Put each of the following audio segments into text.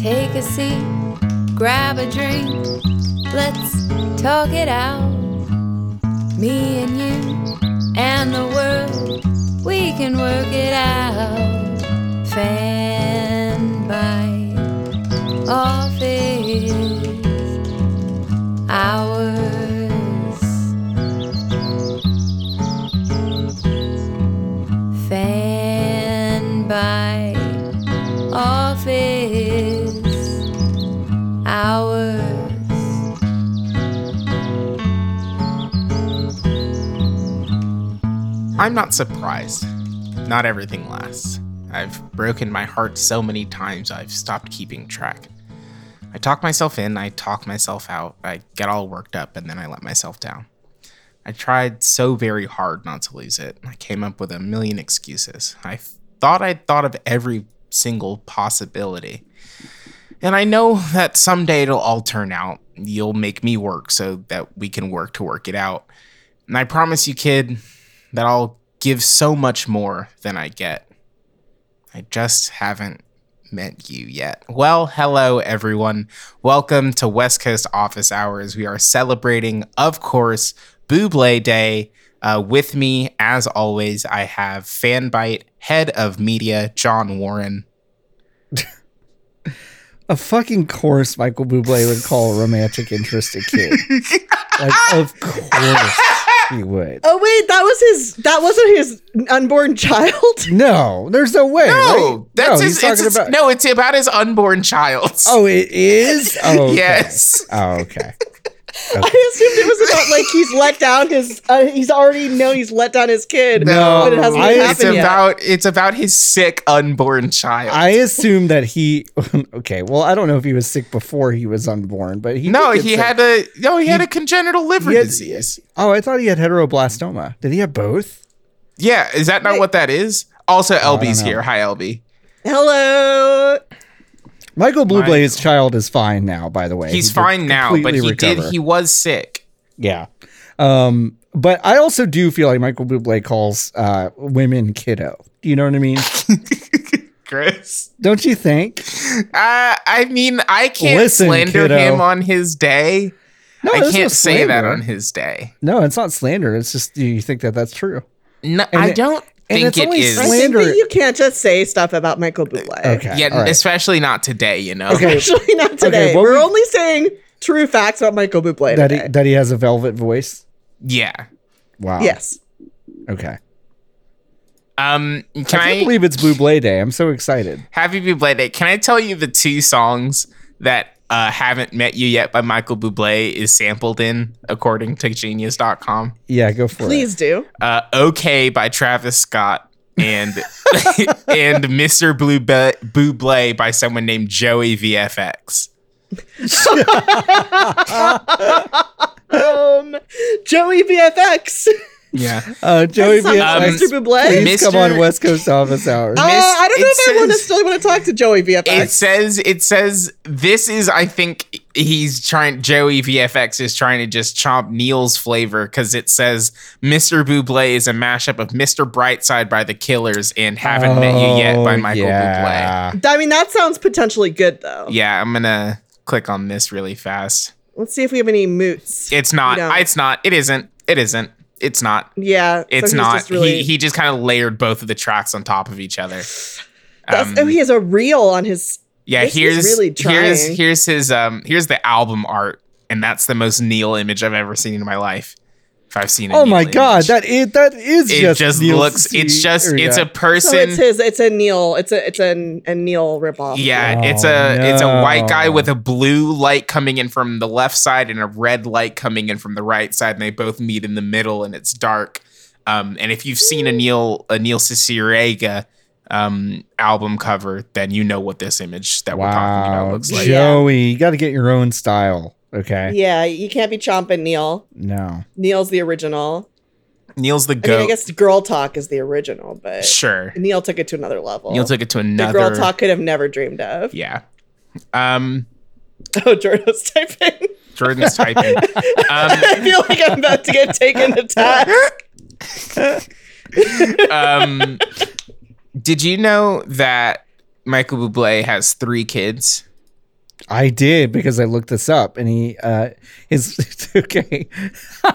to see. Grab a drink, let's talk it out. Me and you and the world, we can work it out. Fan by office hours. Fan by office hours. I'm not surprised. Not everything lasts. I've broken my heart so many times I've stopped keeping track. I talk myself in, I talk myself out, I get all worked up, and then I let myself down. I tried so very hard not to lose it. I came up with a million excuses. I thought I'd thought of every single possibility. And I know that someday it'll all turn out. You'll make me work so that we can work to work it out. And I promise you, kid, that I'll give so much more than I get. I just haven't met you yet. Well, hello, everyone. Welcome to West Coast Office Hours. We are celebrating, of course, Buble Day. Uh, with me, as always, I have Fanbite, head of media, John Warren. A fucking course Michael Bublé would call a romantic interest a kid. like, of course he would. Oh wait, that was his. That wasn't his unborn child. No, there's no way. No, right? that's Oh, no, his, he's talking it's, about. no, it's about his unborn child. Oh, it is. Oh, okay. yes. Oh, okay. I assumed it was about like he's let down his. Uh, he's already known he's let down his kid. No, but it hasn't I- it's happened yet. about it's about his sick unborn child. I assume that he. Okay. Well, I don't know if he was sick before he was unborn, but he. no, did get he sick. had a no, he had a congenital liver he had- disease. Oh, I thought he had heteroblastoma. Did he have both? Yeah, is that not Wait. what that is? Also, LB's know. here. Hi, LB. Hello. Michael Blueblade's Michael. child is fine now, by the way. He's He did fine now, but he completely recover. did. He was sick. Yeah. Um, but I also do feel like Michael Bublé calls uh, women kiddo. Do you know what I mean? Chris, Don't you think? uh, I mean, I can't Listen, slander kiddo. him on his day. No, I that's no can't say that slander. on his day. No, it's not slander. It's just do you think that that's true? No, And I it- don't and think it's it only is. I think Slander- that you can't just say stuff about Michael Bublé. Okay. yeah, all right. especially not today. You know. Okay. Especially not today. what We're we- only saying true facts about Michael Bublé that he, today. that he has a velvet voice. Yeah. Wow. yes. Okay. Um. Can I can't I? believe it's Bublé Day. I'm so excited. Happy Buble Day. Can I tell you the two songs that uh, Haven't Met You Yet by Michael Bublé is sampled in, according to genius.com? Yeah, go for Please do. Uh, okay by Travis Scott and and Mr. Blue Ba- Bublé by someone named Joey VFX. Um, Joey VFX. Yeah. it. Uh, Joey Somehow VFX, Um, Mr. Bublé. please come on Mr. West Coast office hours. Uh, I don't know it if I want to says- still want to talk to Joey VFX. It says it says this is I think he's trying Joey VFX is trying to just chomp Neil's flavor because it says Mr. Bublé is a mashup of Mr. Brightside by the Killers and Haven't Met You Yet by Oh, Michael Bublé. yeah. I mean, that sounds potentially good though. Yeah, I'm gonna click on this really fast. Let's see if we have any moots. It's not. No. It's not. It isn't. It isn't. It's not. yeah, so It's he's not. just really- he he just kind of layered both of the tracks on top of each other. that's- Um, oh, he has a reel on his. Yeah, This is here's really here's trying. here's his um here's the album art, and that's the most Neil image I've ever seen in my life. If I've seen, a Oh Neil my image. god, that is that is it just, just, Neil looks. C- It's just or, it's yeah. a So person. it's his. It's a Neil. It's a it's an a Neil ripoff. yeah, Oh, it's a it's a white guy no. with a blue light coming in from the left side and a red light coming in from the right side, and they both meet in the middle, and it's dark. Um, and if you've seen a Neil a Neil Cicerega um album cover, then you know what this image that we're talking about Wow, looks like. Joey, you got to get your own style. Okay. yeah. You can't be chomping Neil. No. Neil's the original. Neil's the I goat. mean, I guess Girl Talk is the original, but sure. Neil took it to another level. Neil took it to the another. Girl Talk could have never dreamed of. Yeah. Um, Oh, Jordan's typing. Jordan's typing. um, I feel like I'm about to get taken to task. um, did you know that Michael Bublé has three kids? I did because I looked this up and he uh his okay.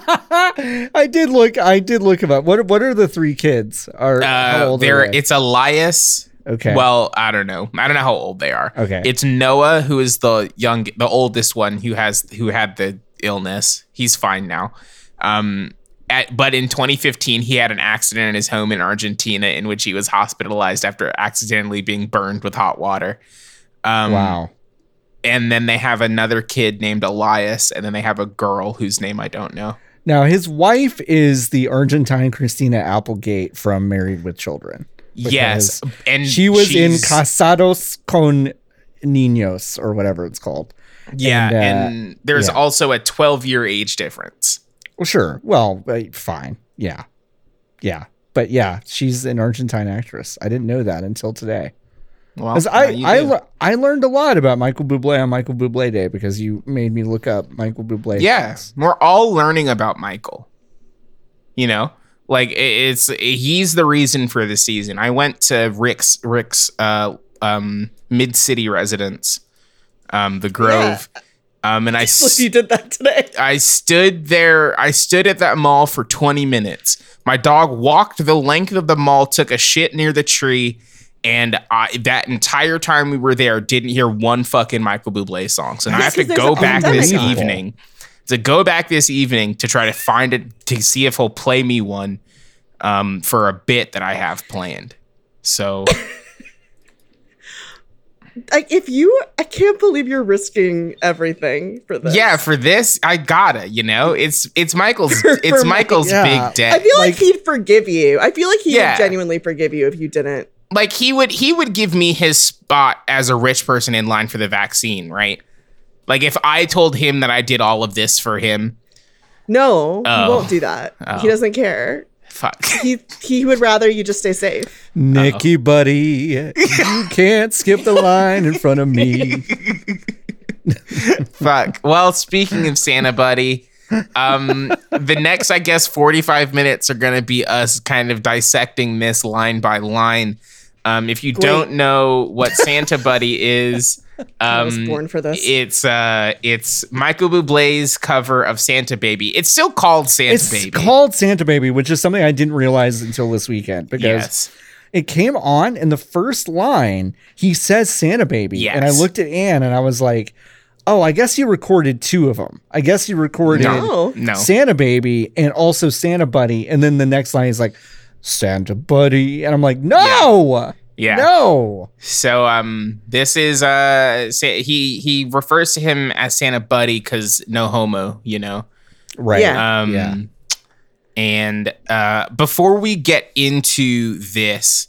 I did look I did look him up. What what are the three kids? Are how Uh, old there, are they? it's Elias. okay. Well, I don't know. I don't know how old they are. Okay. It's Noah who is the young, the oldest one who has who had the illness. He's fine now. Um, at, but in 2015, he had an accident in his home in Argentina in which he was hospitalized after accidentally being burned with hot water. Um, wow. And then they have another kid named Elias, and then they have a girl whose name I don't know. Now his wife is the Argentine Christina Applegate from Married with Children. yes, and She was in she's- Casados con Niños or whatever it's called. Yeah, and, uh, and, there's yeah. also a 12 year age difference. Well, sure. Well, uh, fine. Yeah. Yeah. But yeah, she's an Argentine actress. I didn't know that until today. Well, 'Cause now Oh, you I I, do. le- I learned a lot about Michael Bublé on Michael Bublé Day because you made me look up Michael Bublé. yeah, things. we're all learning about Michael. You know, like i- it's he's the reason for the season. I went to Rick's Rick's uh, um, mid city residence, um, the Grove, um, and I s- you did that today. I stood there. I stood at that mall for 20 minutes. My dog walked the length of the mall, took a shit near the tree, and I that entire time we were there didn't hear one fucking Michael Bublé song. So now I have Yes, to 'cause go there's a back this pandemic. evening to go back this evening to try to find it to see if he'll play me one um, for a bit that I have planned. So Like if you, I can't believe you're risking everything for this. yeah, for this I gotta. You know, it's it's Michael's For- it's for Mi- Michael's Yeah. big day. I feel like, Like- he'd forgive you. I feel like he Yeah. would genuinely forgive you if you didn't. like he would he would give me his spot as a rich person in line for the vaccine, right? Like if I told him that I did all of this for him, No, Oh. he won't do that. Oh. He doesn't care. fuck. He he would rather you just stay safe. Nikki, buddy, you can't skip the line in front of me. fuck. Well, speaking of Santa buddy, um the next I guess 45 minutes are going to be us kind of dissecting this line by line. Um if you don't know what Santa buddy is, um I was born for this. It's uh, it's Michael Bublé's cover of Santa Baby. It's still called Santa It's Baby. called Santa Baby, which is something I didn't realize until this weekend because yes. it came on and the first line he says Santa Baby. And I Yes. looked at Anne and I was like, oh, I guess you recorded two of them. I guess you recorded No. No. Santa Baby and also Santa Buddy. And then the next line is like, Santa Buddy. And I'm like, no, Yeah. no. So um, this is uh, Sa- he he refers to him as Santa Buddy because no homo, you know. Right. Yeah. Um, Yeah. And uh, before we get into this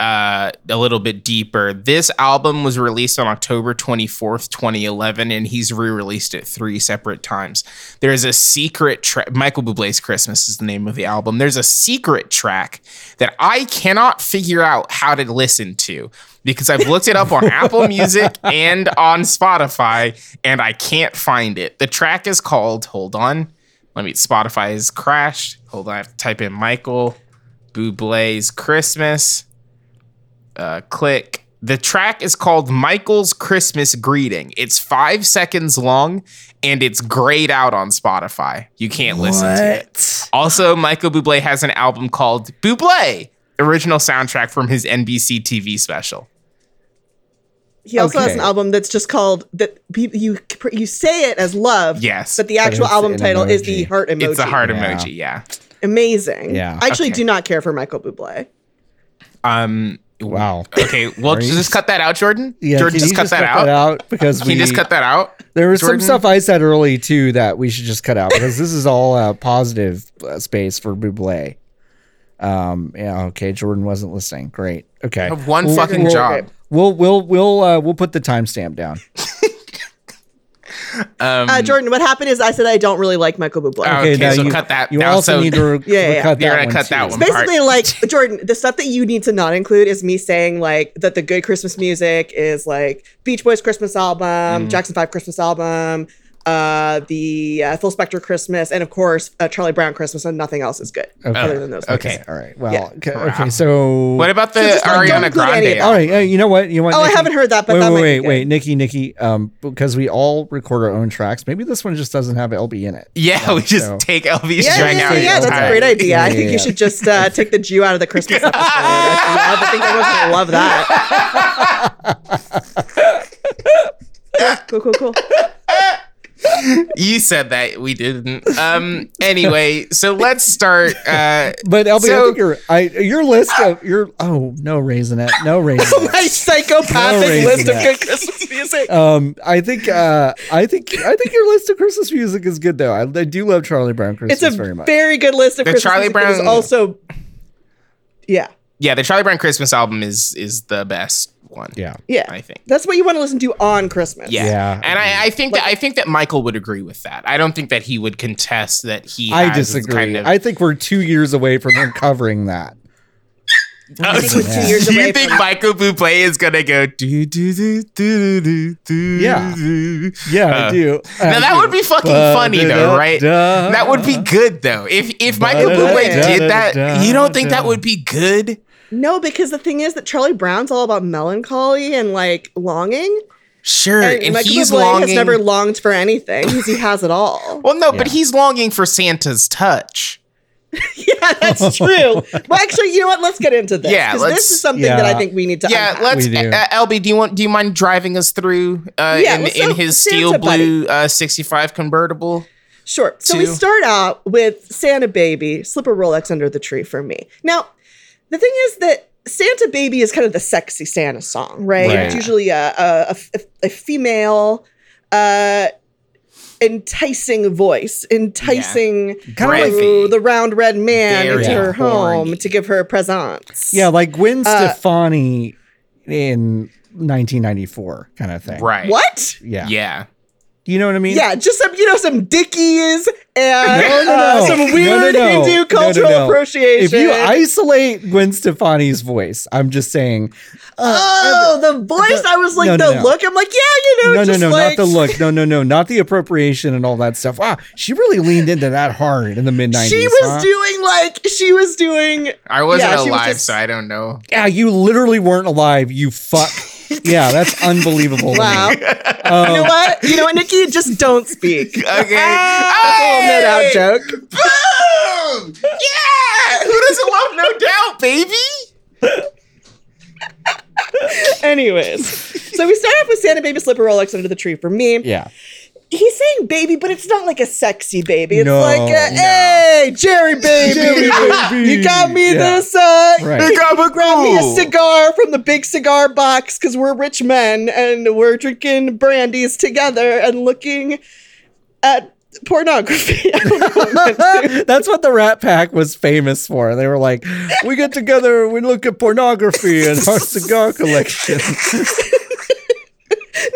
uh, a little bit deeper, this album was released on October 24th, 2011, and he's re released it three separate times. There is a secret track, Michael Bublé's Christmas is the name of the album. There's a secret track that I cannot figure out how to listen to because I've looked it up on Apple Music and on Spotify, and I can't find it. The track is called, hold on. Let me. Spotify has crashed. Hold on. I have to type in Michael Bublé's Christmas. Uh, click. The track is called Michael's Christmas Greeting. It's five seconds long and it's grayed out on Spotify. You can't listen to it. What? Also, Michael Bublé has an album called Bublé, original soundtrack from his NBC TV special. He also has Okay. an album that's just called that. pe- You you say it as love. Yes. But the actual it's album an title is the emoji. heart emoji. It's a heart Yeah. emoji, yeah. Amazing. Yeah. I actually Okay. do not care for Michael Bublé. Um Wow. okay, well Are you- just cut that out, Jordan. Yeah, Jordan can just you cut that out. because Can we you just cut that out? there was Jordan? some stuff I said early too that we should just cut out because this is all uh, positive uh, space for Buble. Um. Yeah. Okay. Jordan wasn't listening. Great. Okay. Have one We'll- fucking we'll- job. We'll we'll we'll uh, we'll put the timestamp down. Um, Uh, Jordan, what happened is I said I don't really like Michael Bublé. Oh, Okay, Okay, now so you- cut that. You now, also so need to re- Yeah, yeah, cut yeah. You're that gonna one. cut that too. one. It's basically like Jordan, the stuff that you need to not include is me saying like that the good Christmas music is like Beach Boys Christmas album, Jackson Five Christmas album, uh, the uh, Full Spectre Christmas, and of course uh, Charlie Brown Christmas, and nothing else is good Okay. other than those. Okay. movies. All right. Well. Yeah. Okay, okay. So. What about the So just, like, don't Ariana include any of Grande? that. All right. Uh, you know what? You want? Oh, I Nikki- haven't heard that, but wait, that wait, might wait, be good. wait, Nikki, Nikki. Um, because we all record our own tracks. Maybe this one just doesn't have LB in it. Yeah, we just so- take LV's Yeah, drag yeah, out. yeah, the yeah, that's a entire- great idea. I Yeah, think yeah. you should just uh, take the Jew out of the Christmas episode. I love- I think everyone's gonna love that. cool, cool, cool. You said that we didn't. Um. Anyway, so let's start. Uh, But LB, I So- think your I, your list of your oh no raisinette no raisinette. Oh My psychopathic No list of raisinette. good Christmas music. Um, I think uh, I think I think your list of Christmas music is good though. I, I do love Charlie Brown Christmas It's a very much. very good list of The Christmas Charlie music, but it's Brown- also, yeah, yeah, the Charlie Brown Christmas album is is the best one. yeah, yeah. I think. that's what you want to listen to on Christmas. Yeah. Yeah. And I, I think that I think that Michael would agree with that. I don't think that he would contest that he I has disagree. kind of I think we're two years away from him covering that. I think we're two years Do you away think from- Michael Bublé is gonna go do do do do do do? Yeah. do? Yeah, Uh, I do. Now that would be fucking funny though, right? That would be good though. If if Michael Bublé Da-da-da-da-da-da. did that, you don't think that would be good? No, because the thing is that Charlie Brown's all about melancholy and like longing. Sure. And, And, Michael he's Bublé longing. has never longed for anything because he has it all. well, no, but Yeah. he's longing for Santa's touch. yeah, that's true. Well, actually, you know what? Let's get into this. Yeah, 'cause let's- this is something that I yeah. think we need to. yeah, unpack. let's. We do. Uh, LB, do you want? Do you mind driving us through uh, Yeah, in, let's in go his Santa steel blue uh, '65 convertible? Sure. So we to- start out with Santa Baby, slip a Rolex under the tree for me. Now, the thing is that Santa Baby is kind of the sexy Santa song, right? Right. It's usually a, a, a- a female, uh, enticing voice, enticing Breathy. through the round red man Very into her horny. home to give her presents. Yeah, like Gwen Uh, Stefani in 1994 kind of thing. Right. What? Yeah. Yeah. You know what I mean? Yeah, just some, you know, some Dickies and No, no, uh, no. some No, no, weird no. No, no, Hindu cultural no. appropriation. If you isolate Gwen Stefani's voice, I'm just saying. Oh, the voice. I was like, Uh, no, no, the no. look. I'm like, yeah, you know, No, no, just no, like, not the look. No, no, no, not the appropriation and all that stuff. Wow, she really leaned into that hard in the mid 90s. She was doing like, she was doing. I wasn't Yeah, she was alive, just- so I don't know. Yeah, you literally weren't alive, you fuck. yeah, that's unbelievable. to me. Wow. you know Um, what? You know what, Nikki? Just don't speak. That's Okay. a little Hey! mid out joke. Boom! Yeah! Who doesn't love No Doubt, baby? Anyways, so we start off with Santa Baby Slipper Rolex under the tree for me. yeah. He's saying baby, but it's not like a sexy baby. It's No, like, a, no. hey, Jerry baby, you got me Yeah. this. Uh, Right. Pick up a grab me a cigar from the big cigar box because we're rich men and we're drinking brandies together and looking at pornography. I don't know what that is. That's what the Rat Pack was famous for. They were like, we get together, we look at pornography and our cigar collection.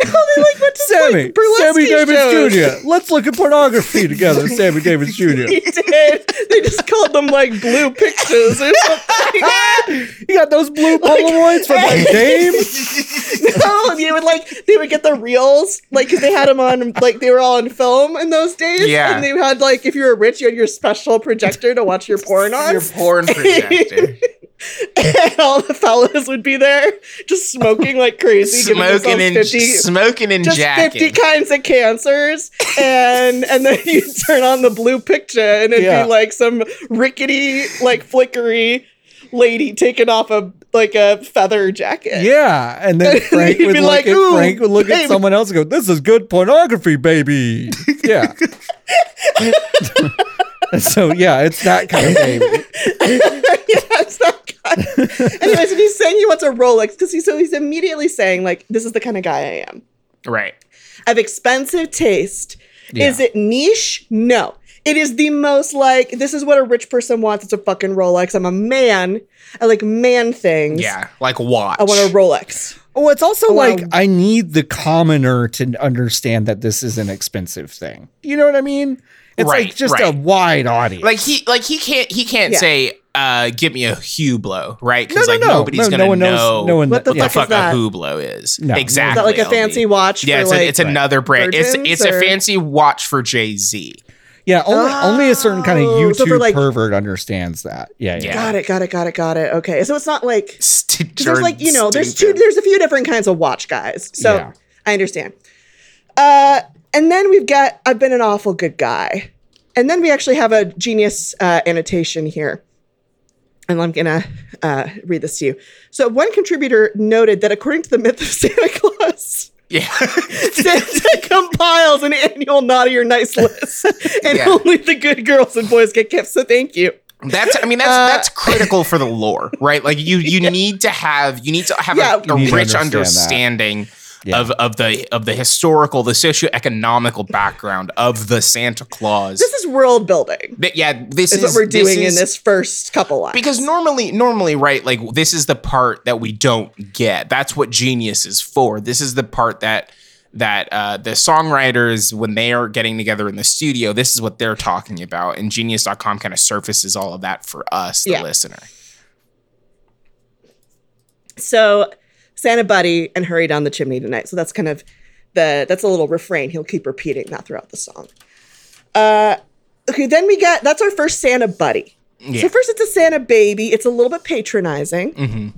Oh, they like went to Sammy, like, burlesque Sammy Davis shows. Jr. Let's look at pornography together, Sammy Davis Jr. They did. They just called them like blue pictures or something. You got those blue Polaroids from my game? no, and they would like they would get the reels like 'cause they had them on like they were all on film in those days. Yeah. and they had like if you were rich, you had your special projector to watch your porn on. Your porn projector. and all the fellas would be there just smoking like crazy, giving smoking themselves and 50, smoking and just jacking. 50 kinds of cancers. And and then you turn on the blue picture and it'd Yeah. be like some rickety, like flickery lady taking off a like a feather jacket. Yeah. And then Frank You'd would be look like, at "Ooh, Frank would look baby." at someone else and go, This is good pornography, baby. Yeah. so yeah, it's that kind of baby. yeah, it's that guy. Anyways, and he's saying he wants a Rolex because he's so he's immediately saying, like, this is the kind of guy I am. right. I have expensive taste. Yeah. Is it niche? No. It is the most like this is what a rich person wants. It's a fucking Rolex. I'm a man. I like man things. Yeah. Like watch. I want a Rolex. Oh, it's also Wow. like I need the commoner to understand that this is an expensive thing. You know what I mean? It's Right, like just right. a wide audience. Like he like he can't he can't Yeah. say uh give me a Hublot, right? no, Because no, like no, nobody's no, gonna no one know knows. No one. What the what yeah. the fuck fuck is that? a Hublot is. No. Exactly. Is that like a LB. fancy watch? Yeah, for it's, like, a, it's another brand. It's virgins it's a or- fancy watch for Jay Z. Yeah, only, only a certain kind of Oh, YouTube so for, like- pervert understands that. Yeah, yeah. Yeah. Got it, got it, got it, got it. Okay, so it's not like Stitcher. because there's like you know there's two stupid. there's a few different kinds of watch guys. So Yeah. I understand. Uh, and then we've got I've been an awful good guy, and then we actually have a genius uh, annotation here. And I'm gonna uh, read this to you. So one contributor noted that according to the myth of Santa Claus. Yeah. Santa compiles an annual naughty or nice list, and Yeah. only the good girls and boys get gifts. So thank you. That's I mean that's Uh, that's critical for the lore, right? Like you you need to have you need to have a, Yeah. You a need to rich understand that. understanding Yeah. of of the of the historical, the socioeconomical background of the Santa Claus. This is world building. But yeah, this Is, is, what we're doing is- in this first couple lines. Because normally, normally, right? Like this is the part that we don't get. That's what genius is for. This is the part that that uh, the songwriters, when they are getting together in the studio, this is what they're talking about. And genius.com kind of surfaces all of that for us, the Yeah. listener. so Santa Buddy and hurry down the chimney tonight. So that's kind of the that's a little refrain. He'll keep repeating that throughout the song. Uh, okay, then we get that's our first Santa Buddy. Yeah. Mm-hmm. So first it's a Santa baby. It's a little bit patronizing.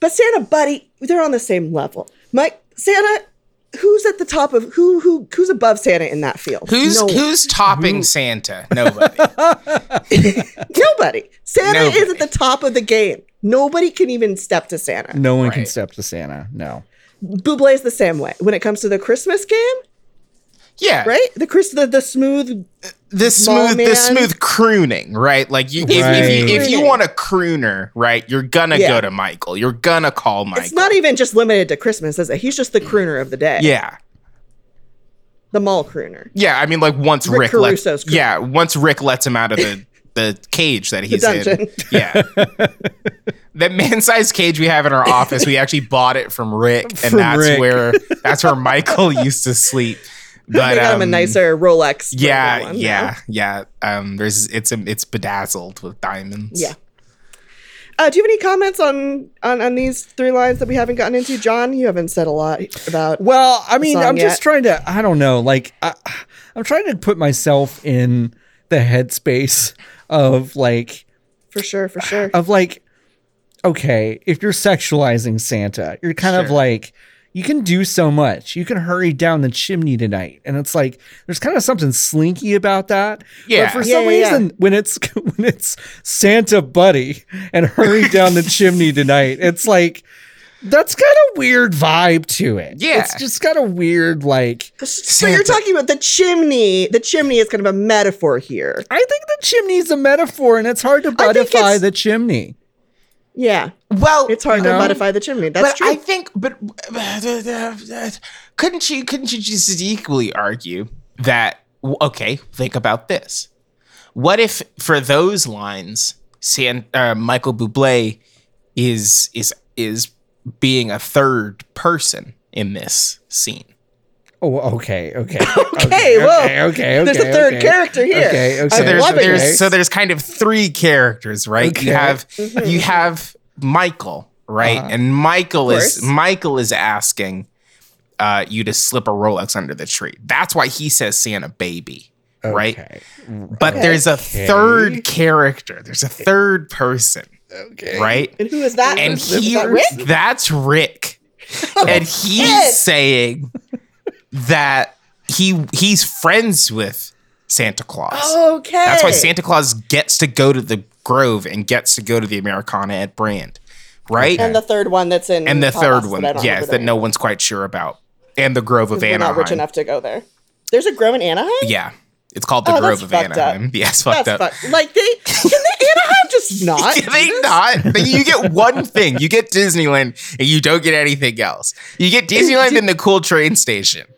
But Santa Buddy, they're on the same level. Mike Santa, who's at the top of who who who's above Santa in that field? Who's No one. who's topping Santa? Nobody. Nobody. Santa is at Nobody. the top of the game. Nobody can even step to Santa. No one can Right. step to Santa. No. Buble is the same way. When it comes to the Christmas game, yeah. right? The Chris the, the smooth The smooth the man. smooth crooning, right? Like you if, if you if you Crooning. want a crooner, right, you're gonna Yeah. go to Michael. You're gonna call Michael. Mm. it's not even just limited to Christmas, is it? He's just the crooner of the day. yeah. The mall crooner. Yeah, I mean, like once Rick Rick, lets Caruso's crew. yeah, once Rick lets him out of the the cage that he's in. dungeon. Yeah, that man-sized cage we have in our office, we actually bought it from Rick, and From that's Rick. where that's where Michael used to sleep. But They got him a um, nicer Rolex. branded Yeah, one now. yeah, yeah. Um, there's it's um, it's bedazzled with diamonds. Yeah. Uh, do you have any comments on, on on these three lines that we haven't gotten into, John? You haven't said a lot about. Well, I mean, song I'm yet. just trying to. I don't know. Like, I, I'm trying to put myself in the headspace of like for sure, for sure. uh, of like okay if you're sexualizing santa you're kind of Sure. like you can do so much you can hurry down the chimney tonight and it's like there's kind of something slinky about that Yeah. but for Yeah, some yeah, yeah. reason when it's when it's santa buddy and hurry down the chimney tonight it's like that's got a weird vibe to it Yeah. it's just got a weird like so you're Santa. talking about the chimney. The chimney is kind of a metaphor here. i think the chimney's a metaphor and it's hard to I think modify it's- the chimney Yeah, Well, it's hard You know? to modify the chimney. That's but true. I think, but couldn't you couldn't you just equally argue that? Okay, think about this. What if for those lines, San, uh, Michael Bublé is is is being a third person in this scene? Oh, okay, okay, Okay, whoa. okay, okay. There's okay, a third okay. character here. Okay, okay. I So there's love it. there's so there's kind of three characters, right? Okay. Uh-huh. You have Mm-hmm. you have Michael, right? And Michael Of is course. Michael is asking uh, you to slip a Rolex under the tree. That's why he says Santa baby, right? Okay, But there's a third character. There's a third person, okay. right? and who is that? And Is that he Rick? Oh, that's Rick. and shit. he's saying that he he's friends with Santa Claus. Okay. That's why Santa Claus gets to go to the Grove and gets to go to the Americana at Brand, right? And the third one that's in. And the Colossus third one, that I don't yes, remember that the no name. one's quite sure about, and the Grove of We're Anaheim. not rich enough to go there. There's a grove in Anaheim. Yeah, it's called the Oh, Grove that's of fucked up. Anaheim. Yeah, it's fucked That's up. fuck- like they can they Anaheim just not. Can they do this? not? But You get one thing. You get Disneyland, and you don't get anything else. You get Disneyland and the cool train station.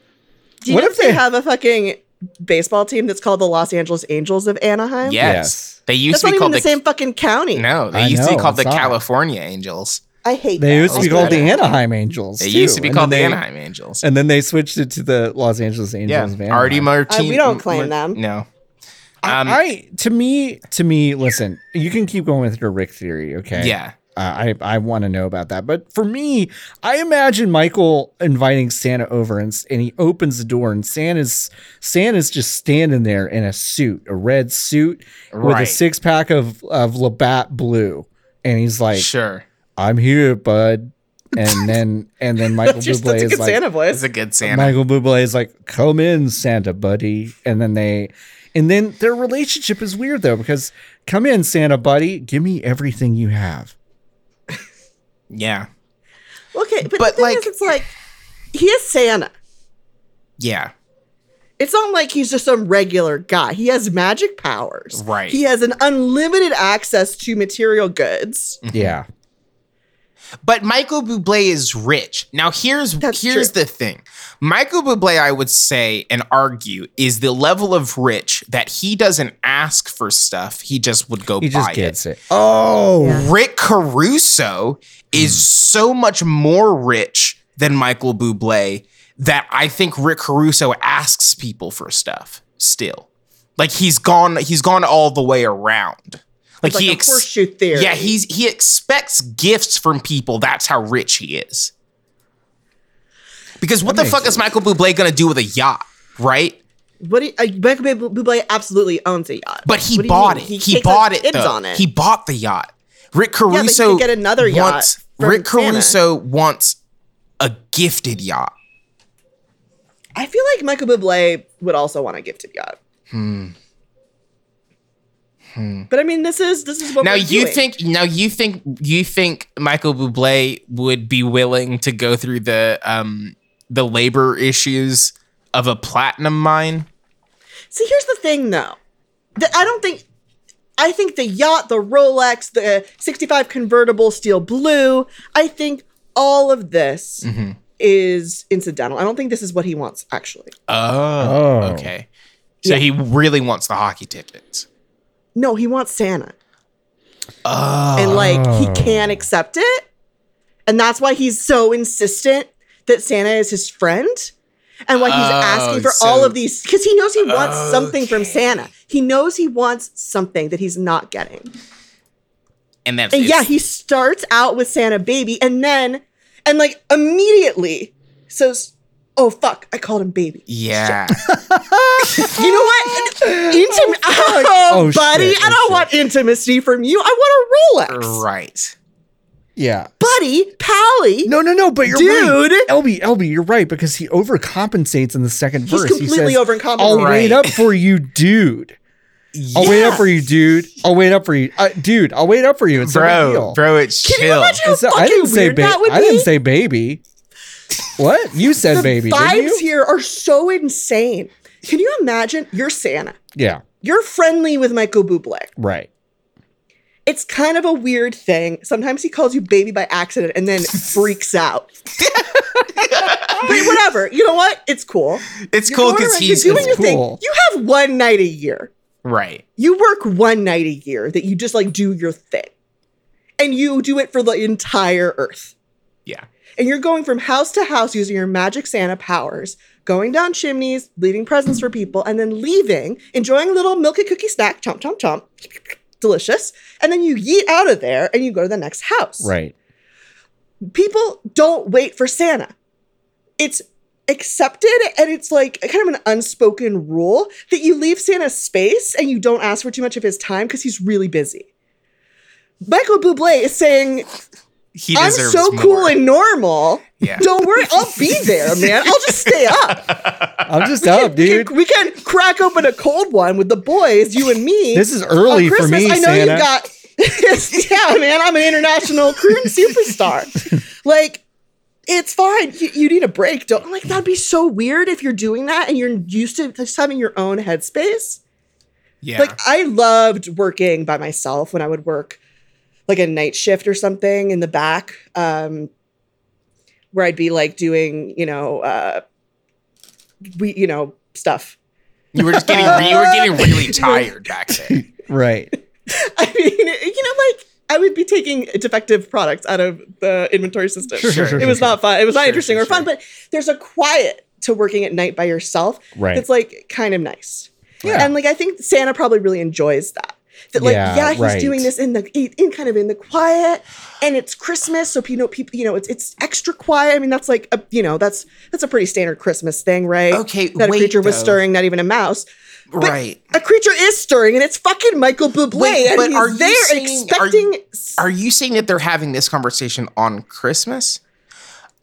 Do you What know if if they they- have a fucking baseball team that's called the Los Angeles Angels of Anaheim? Yes, Yes. they used that's to not be even called the, the, same fucking county. no. They I used to know, be called I the saw it. California Angels. I hate. They that. used to be Let's called do the it. Anaheim Angels. They used to too, be and called the then they- Anaheim Angels. And then they switched it to the Los Angeles Angels. Yeah, of Anaheim. Artie Martinez. Uh, we don't claim them. No, Um, I to me to me listen, you can keep going with your Rick theory, okay? Yeah. Uh, I I want to know about that. But for me, I imagine Michael inviting Santa over and, s- and he opens the door and Santa's Santa's just standing there in a suit, a red suit with a Right. six pack of of Labatt Blue, and he's like, sure. "I'm here, bud." And then and then Michael That's, just, Bublé that's a is good like, Santa That's voice. a good Santa. Michael Bublé is like, "Come in, Santa buddy," and then they, and then their relationship is weird though because, "Come in, Santa buddy, give me everything you have." yeah. okay, but, But, the thing like- is, it's like he is Santa. Yeah. It's not like he's just some regular guy. He has magic powers. Right. He has an unlimited access to material goods. Yeah, But Michael Bublé is rich. Now here's That's here's true. the thing. Michael Bublé, I would say and argue, is the level of rich that he doesn't ask for stuff. He just would go he buy just gets it. it. Oh, Rick Caruso Hmm. is so much more rich than Michael Bublé that I think Rick Caruso asks people for stuff still. Like he's gone he's gone all the way around. Like, Like he a ex- horseshoe theory. yeah, he's he expects gifts from people. That's how rich he is. Because what the makes fuck is Michael Bublé gonna do with a yacht, right? What do you, uh, Michael Bu- Bublé absolutely owns a yacht. But he What do you bought it. mean? He, takes out bought it. Kids though. on it. He bought the yacht. Rick but he Caruso could get another yacht wants- from Rick Santa. Caruso wants a gifted yacht. I feel like Michael Bublé would also want a gifted yacht. Hmm. But I mean, this is this is what Now we're you doing. think now you think you think Michael Bublé would be willing to go through the um the labor issues of a platinum mine? See, here's the thing, though. That I don't think. I think the yacht, the Rolex, the 65 convertible steel blue. I think all of this Mm-hmm. is incidental. I don't think this is what he wants, actually. Oh, Oh. okay. So he really wants the hockey tickets. No, he wants Santa, Oh, and like he can't accept it, and that's why he's so insistent that Santa is his friend. And why he's asking Oh, for all so- of these, because he knows he wants something from Okay. Santa. He knows he wants something that he's not getting. and that's And it's- yeah, he starts out with Santa Baby and then, and like immediately says, Oh fuck, I called him baby. yeah. You know what? Intim- oh, Oh, buddy, shit. I Oh, don't shit. want intimacy from you. I want a Rolex. right. yeah. Buddy, Pally. No, no, no. But you're Dude! right, LB, LB. You're right because he overcompensates in the second He's verse. completely he says, overcompensating. "I'll wait Right. up for you, dude. I'll wait up Yeah. for you, dude. I'll wait up for you, uh, dude. I'll wait up for you. It's no big Bro, deal. bro, it's Can you chill. imagine how And so fucking I didn't say weird baby. that would I be? didn't say baby. What you said, the baby? didn't you? vibes here are so insane. Can you imagine? You're Santa. Yeah, You're friendly with Michael Bublé. right. It's kind of a weird thing. Sometimes he calls you baby by accident and then freaks out. but whatever. You know what? It's cool. it's You're cool going because around, he's you're doing your it's cool. thing. You have one night a year. right. You work one night a year that you just like do your thing. And you do it for the entire earth. Yeah. And you're going from house to house using your magic Santa powers, going down chimneys, leaving presents for people, and then leaving, enjoying a little milk and cookie snack, chomp, chomp, chomp. Delicious. And then you yeet out of there and you go to the next house. Right. People don't wait for Santa. It's accepted and it's like kind of an unspoken rule that you leave Santa space and you don't ask for too much of his time because he's really busy. Michael Bublé is saying, He I'm deserves so cool more. and normal. Yeah. Don't worry, I'll be there, man. I'll just stay up. I'm just up, We dude. can, we can crack open a cold one with the boys, you and me. This is on early for Christmas. me, I know Santa. you got. yeah, man, I'm an international croon superstar. Like, it's fine. You, you need a break. Don't I'm like that'd be so weird if you're doing that and you're used to just having your own headspace. yeah. Like I loved working by myself when I would work like a night shift or something in the back, um, where I'd be like doing, you know, uh, we, you know, stuff. you were just getting re- you were getting really tired back then. Right. I mean, you know, like I would be taking defective products out of the inventory system. Sure, sure, sure, it was sure, not fun. It was not Sure, interesting sure, or fun, sure. but there's a quiet to working at night by yourself Right. that's like kind of nice. Yeah. And like I think Santa probably really enjoys that. That like Yeah, yeah, he's right. doing this in the e, in- in kind of in the quiet, and it's Christmas, so you know people you know it's it's extra quiet. I mean that's like a you know that's that's a pretty standard Christmas thing, right? Okay, that wait, a creature was though. stirring, not even a mouse. But Right. a creature is stirring, and it's fucking Michael Bublé, Wait, and but he's are you there saying- are- expecting. Are you saying that they're having this conversation on Christmas?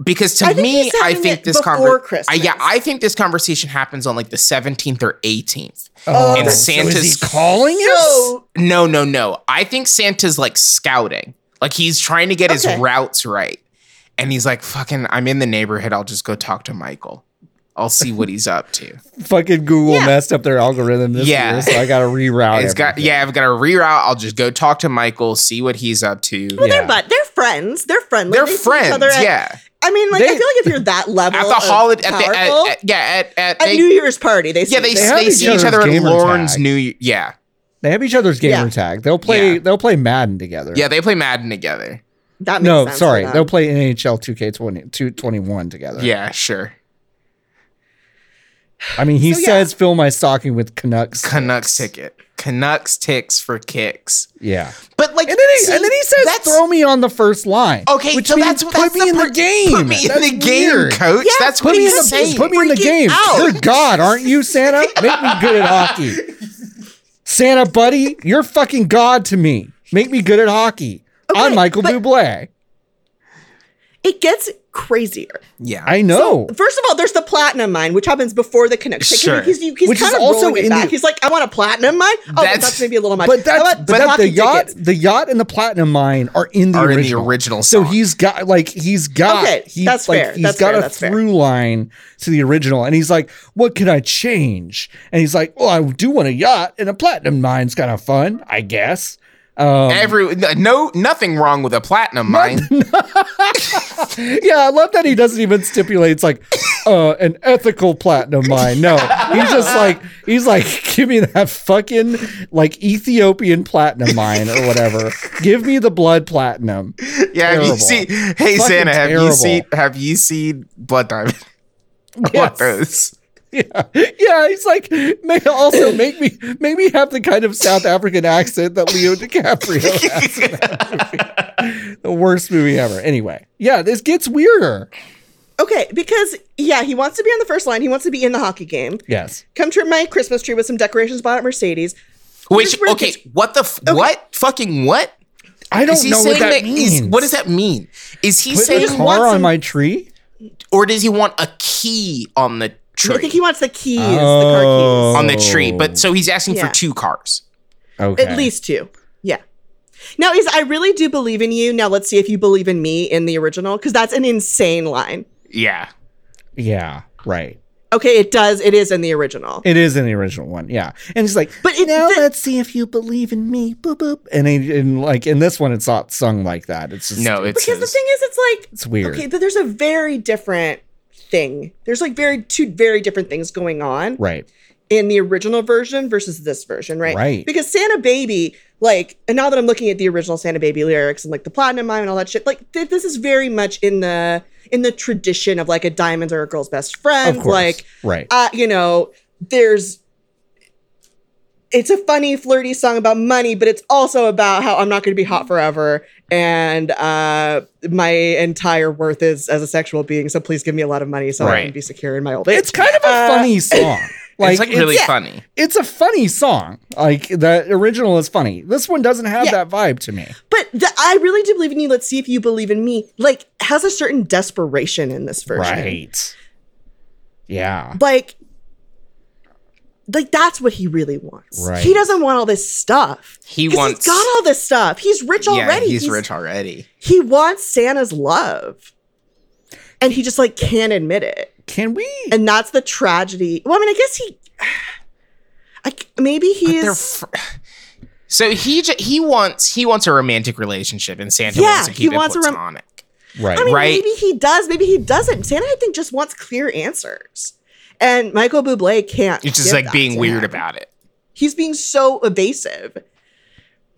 Because to I think me, he's I having think it this before conversation. Christmas. Yeah, I think this conversation happens on like the 17th or 18th. Oh, and so is Santa's- he calling us? so No, no, no. I think Santa's like scouting. Like he's trying to get Okay. his routes right. And he's like, fucking, I'm in the neighborhood. I'll just go talk to Michael. I'll see what he's up to. Fucking Google Yeah. messed up their algorithm this Yeah. year, so I got to reroute It's got, everything. Oh, yeah, I've got to reroute. I'll just go talk to Michael, see what he's up to. they're but they're friends. They're friendly. They're They see each friends. other at- yeah. I mean, like I They- feel like if you're that level At the of holiday, at the, powerful, at, at- yeah, at, at, at they- New Year's party, they yeah, they, see- they, have each see each other's other at gamer Lauren's tag. New Year. Yeah. They have each other's gamer Yeah. tag. They'll play. Yeah. They'll play Madden together. Yeah, they play Madden together. that makes No, sense sorry. for them. They'll play NHL 2K20 221 together. Yeah, sure. I mean, he So, yeah. says fill my stocking with Canucks. Canucks ticket. Canucks ticks for kicks. yeah. But like, And then he, see, and then he says that's- throw me on the first line. Okay, which so means that's what put that's me the in the part- game. Put me That's in the game, weird. coach. that's Put what me, in he's the, saying. put me in the Freaking game. out. Good God, aren't you Santa? Make me good at hockey. Santa, buddy, you're fucking God to me. Make me good at hockey. I'm Okay, Michael but- Bublé. it gets crazier. yeah, I know. First of all, there's the platinum mine, which happens before the Canucks. Like, Sure. He's, he's, he's Which is kind of also rolling it in back. the- he's like, I want a platinum mine. Oh, that's, That's- that's maybe a little much. but How that's about but that the hockey yacht, tickets? the yacht and the platinum mine are in the Are in the original. original So song. he's got like he's got Okay, he- that's like, fair, He's that's got fair, a that's fair. through line to the original, and he's like, "What can I change?" And he's like, "Well, I do want a yacht, and a platinum mine's kind of fun, I guess." Um, every no nothing wrong with a platinum mine. yeah, I love that he doesn't even stipulate it's like uh, an ethical platinum mine. No, he's just like he's like, give me that fucking like Ethiopian platinum mine or whatever. give me the blood platinum. Yeah, have you Terrible. seen? Hey Fucking Santa, have you terrible. seen? Have you seen Blood Diamond? Yes. Bloodhounds. Yeah, yeah. He's like, may also make me make me have the kind of South African accent that Leo DiCaprio has. in that movie. the worst movie ever. Anyway, yeah, this gets weirder. Okay, because yeah, he wants to be on the first line. He wants to be in the hockey game. Yes. Come trim my Christmas tree with some decorations bought at Mercedes. Which Here's where it okay, gets- what the f- what fucking what? I Is don't he know what saying that, that? means. Is, what does that mean? Is he Put saying a want car on some- my tree? or does he want a key on the tree? I think he wants the keys, the Oh. car on the tree, but so he's asking Yeah. for two cars. Okay. keys. At least two. Yeah. Now, is I really do believe in you. Now, let's see if you believe in me in the original, because that's an insane line. Yeah. Yeah. Right. Okay, it does. It is in the original. It is in the original one. Yeah. And he's like, But it- now the- let's see if you believe in me. Boop boop. And, he, and like in this one, it's not sung like that. It's just No, it's because the his. thing is, it's like It's weird. okay, but there's a very different thing. There's like very two very different things going on Right. in the original version versus this version, right? Right. Because Santa Baby, like, and now that I'm looking at the original Santa Baby lyrics and like the platinum mime and all that shit, like th- this is very much in the in the tradition of like a diamonds are a girl's best friend, Of course. like right. uh, you know, there's it's a funny, flirty song about money, but it's also about how I'm not going to be hot forever, and uh, my entire worth is as a sexual being. So please give me a lot of money so I Right. can be secure in my old age. it's kind of a uh, funny song. Like, it's like it's- really yeah. funny. it's a funny song. Like the original is funny. This one doesn't have Yeah. that vibe to me. but the, I really do believe in you. Let's see if you believe in me. Like has a certain desperation in this version, Right. Yeah. Like, like that's what he really wants. Right. He doesn't want all this stuff. He 'Cause wants He's got all this stuff. He's rich already. Yeah, he's, rich already. he wants Santa's love. And he just like can't admit it. Can we? And that's the tragedy. Well, I mean, I guess he I, c- maybe he But they're is fr- so he j- he wants he wants a romantic relationship, and Santa Yeah, wants to he keep wants a it rom- platonic. right. I mean, right. maybe he does, maybe he doesn't. Santa I think just wants clear answers. And Michael Bublé can't. it's give just like that being to weird him. about it. He's being so evasive.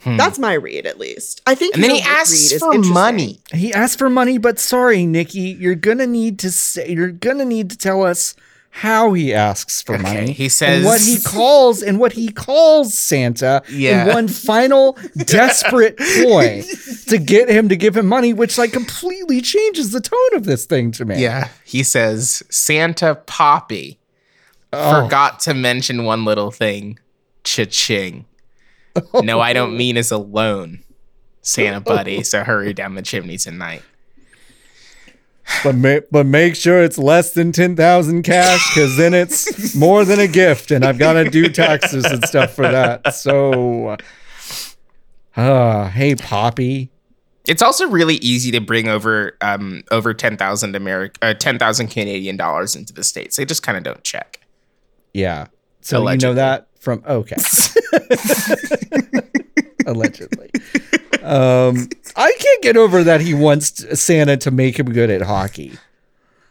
Hmm. That's my read at least. I think and then he your read asks is for interesting. money. He asked for money, but sorry, Nikki, you're gonna need to say you're gonna need to tell us how he asks for money. he and says- what he calls and what he calls Santa Yeah. in one final desperate ploy to get him to give him money, which like completely changes the tone of this thing to me. Yeah. He says, Santa Poppy Oh. forgot to mention one little thing. Cha-ching. No, I don't mean is alone. Santa buddy, so hurry down the chimney tonight. But ma- but make sure it's less than ten thousand cash, because then it's more than a gift, and I've got to do taxes and stuff for that. So, uh, hey Poppy, It's also really easy to bring over um, over ten thousand American uh, ten thousand Canadian dollars into the states. They just kind of don't check. yeah. So you Allegedly. know that from okay, allegedly. Um, I can't get over that he wants Santa to make him good at hockey.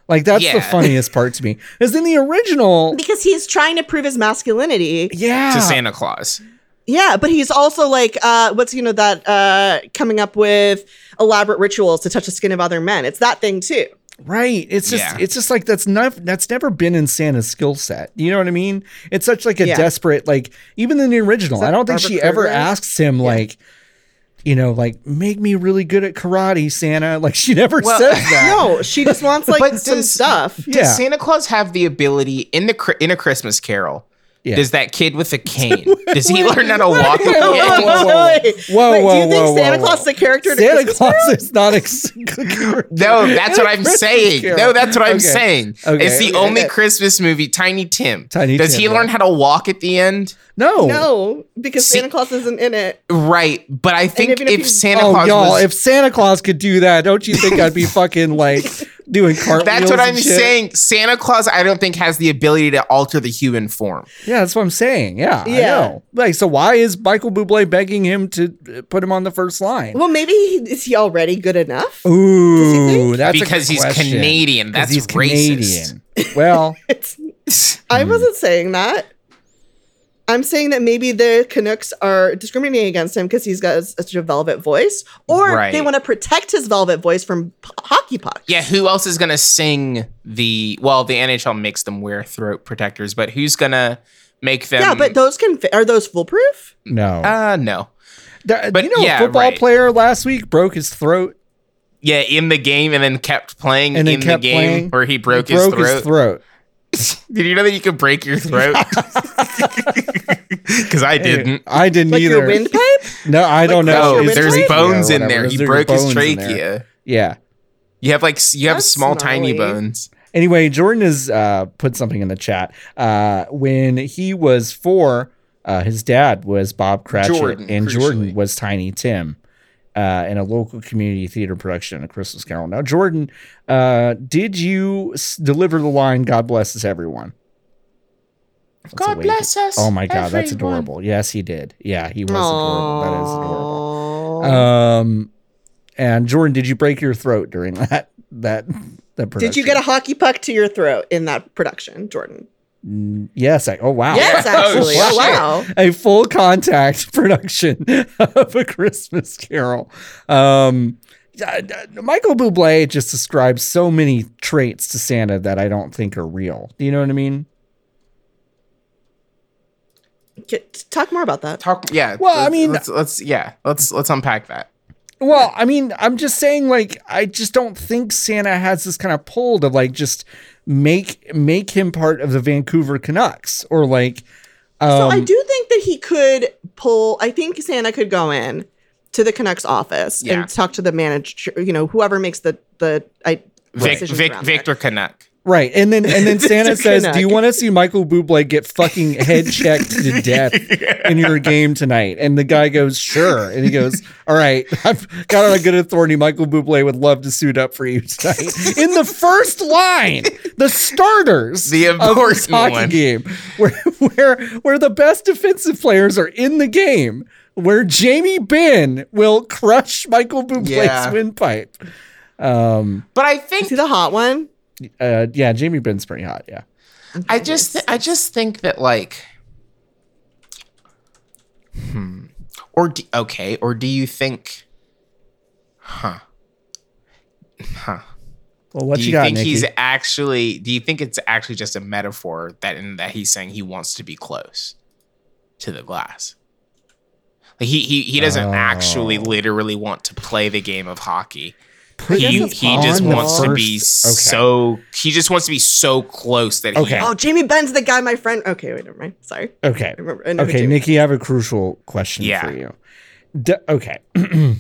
Like that's the Yeah. funniest part to me. Is in the original, because he's trying to prove his masculinity. yeah, To Santa Claus, Yeah, but he's also like, uh, what's you know that uh, coming up with elaborate rituals to touch the skin of other men. It's that thing too. Right. It's just Yeah. it's just like that's not that's never been in Santa's skill set. You know what I mean? It's such like a Yeah. desperate like even in the original. I don't think Barbara she ever Kruger? asks him like you know like make me really good at karate, Santa. Like she never Well- says that. No, she just wants like But some does- stuff. Yeah. does Santa Claus have the ability in the Chri- in a Christmas Carol? Yeah. Does that kid with a cane? does he learn how to walk? Whoa, again? whoa, whoa. Wait, Whoa, wait, do whoa, you think whoa, Santa whoa, Claus whoa. is the character? in Santa Christmas Claus Carol? is not a No, that's what I'm Christmas saying. Carol. No, that's what I'm Okay. saying. Okay. It's the Okay. only Christmas movie. Tiny Tim. Tiny Does Tim, he yeah. learn how to walk at the end? no. No, because Oh. See- Santa Claus isn't in it. Right, but I think even if if, he- Santa Oh Claus y'all, was, if Santa Claus could do that, don't you think I'd be fucking like doing cartwheels? that's what and I'm shit? saying. Santa Claus, I don't think has the ability to alter the human form. Yeah, that's what I'm saying. Yeah, I Yeah. know. Like, so why is Michael Bublé begging him to uh, put him on the first line? Well, maybe he, is he already good enough? Oh. Ooh, think? that's a Because good he's question. Canadian. 'Cause That's racist. Well, It's, I wasn't saying that. I'm saying that maybe the Canucks are discriminating against him because he's got such a velvet voice, or Right. they want to protect his velvet voice from p- hockey pucks. Yeah, who else is gonna sing the? Well, the NHL makes them wear throat protectors, but who's gonna make them? yeah, but those can fi- are those foolproof? no. uh, no. Th- but you know, yeah, a football right. player last week broke his throat Yeah, in the game and then kept playing and then in kept the game playing. where he broke, broke his, throat. his throat. Did you know that you could break your throat? Because I didn't. I didn't Like either. your windpipe? no, I don't know. No, your there's trachea bones or in there. whatever. He There's broke his bones in there. trachea. Yeah. You have like s- you have That's small tiny gnarly. bones. Anyway, Jordan has uh, put something in the chat. Uh, when he was four, uh, his dad was Bob Cratchit, Jordan, and Jordan crucially. was Tiny Tim uh, in a local community theater production, A Christmas Carol. Now, Jordan, uh, did you s- deliver the line, God blesses everyone? That's a way to- us. Oh my God, that's adorable. Yes, he did. Yeah, he was adorable. That is adorable. Aww. Uh, Um, and Jordan, did you break your throat during that? That, that production? Did you get a hockey puck to your throat in that production, Jordan? Mm, Yes. I, oh, wow. Yes, Oh, actually. Oh, shit. wow. a full contact production of a Christmas Carol. Um, uh, Michael Bublé just describes so many traits to Santa that I don't think are real. Do you know what I mean? K- Talk more about that. Talk. Yeah. Well, I let's- mean- let's, let's yeah. Let's let's unpack that. Well, I mean, I'm just saying, like, I just don't think Santa has this kind of pull to like just make make him part of the Vancouver Canucks or like. Um, So I do think that he could pull. I think Santa could go in to the Canucks office Yeah. and talk to the manager. You know, whoever makes the the I, Vic, decisions Vic, around that. Victor Canuck. Right. And then and then Santa It's a says, "Do you Canuck. want to see Michael Bublé get fucking head checked to death in your game tonight?" And the guy goes, "Sure." And he goes, "All right. I've got on a good authority Michael Bublé would love to suit up for you tonight." In the first line, the starters The of this important hockey one. game where where where the best defensive players are in the game. Where Jamie Benn will crush Michael Bublé's Yeah. windpipe. But I Is he think the hot one? Uh, yeah, Jamie Benn's pretty hot. Yeah. I just th- I just think that like. Hmm. Or d okay. Or do you think? Huh. Huh. Well, what Do you, you got, think Nikki? he's actually do you think it's actually just a metaphor that in that he's saying he wants to be close to the glass? Like he he he doesn't actually Oh. literally want to play the game of hockey. Put He this he just on the wants to be first- okay. so he just wants to be so close that he Okay. Oh, Jamie Ben's the guy, my friend. Okay, wait, never mind. Sorry. Okay. I remember. I know who Okay, Jamie- Nikki, I have a crucial question Yeah. for you. D- okay.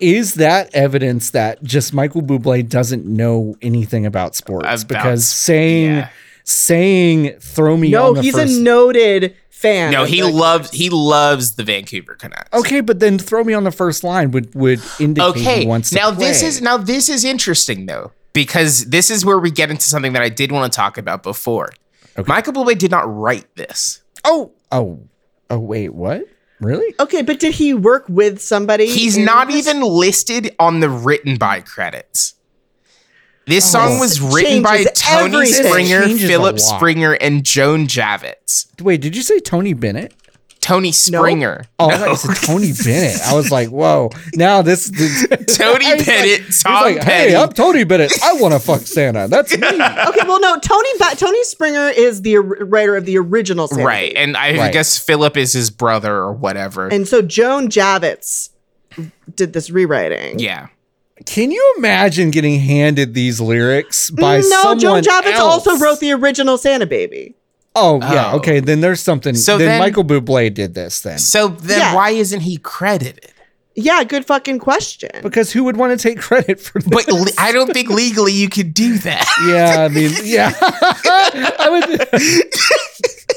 Is that evidence that just Michael Bublé doesn't know anything about sports? About because sp- saying yeah. saying throw me No, on the he's first a noted fan. No, of he the- loves he loves the Vancouver Canucks. Okay, but then throw me on the first line would would indicate Okay. he wants to Now this play. is now this is interesting though because this is where we get into something that I did want to talk about before. Okay. Michael Bublé did not write this. Oh, oh, oh! Wait, what? Really? Okay, but did he work with somebody? He's in not this? even listed on the written by credits. This song Oh. was written by Changes Tony everything. Springer, Changes a Philip lot. Springer, and Joan Javits. Wait, did you say Tony Bennett? Tony Springer. Oh, I thought you said Tony Bennett. I was like, whoa! Now this, this Tony I was like- Bennett, he's Tom like, Petty. Hey, I'm Tony Bennett. I want to fuck Santa. That's me. Okay, well, no. Tony ba- Tony Springer is the or- writer of the original, Sanity. Right. And I Right. guess Philip is his brother or whatever. And so Joan Javits did this rewriting. yeah. Can you imagine getting handed these lyrics by no, someone Joan Javits else? also wrote the original Santa Baby. Oh yeah, Oh. okay. Then there's something. So then, then- Michael Bublé did this then. So then Yeah. why isn't he credited? Yeah, good fucking question. Because who would want to take credit for this? But le- I don't think legally you could do that. Yeah, I mean, yeah. I would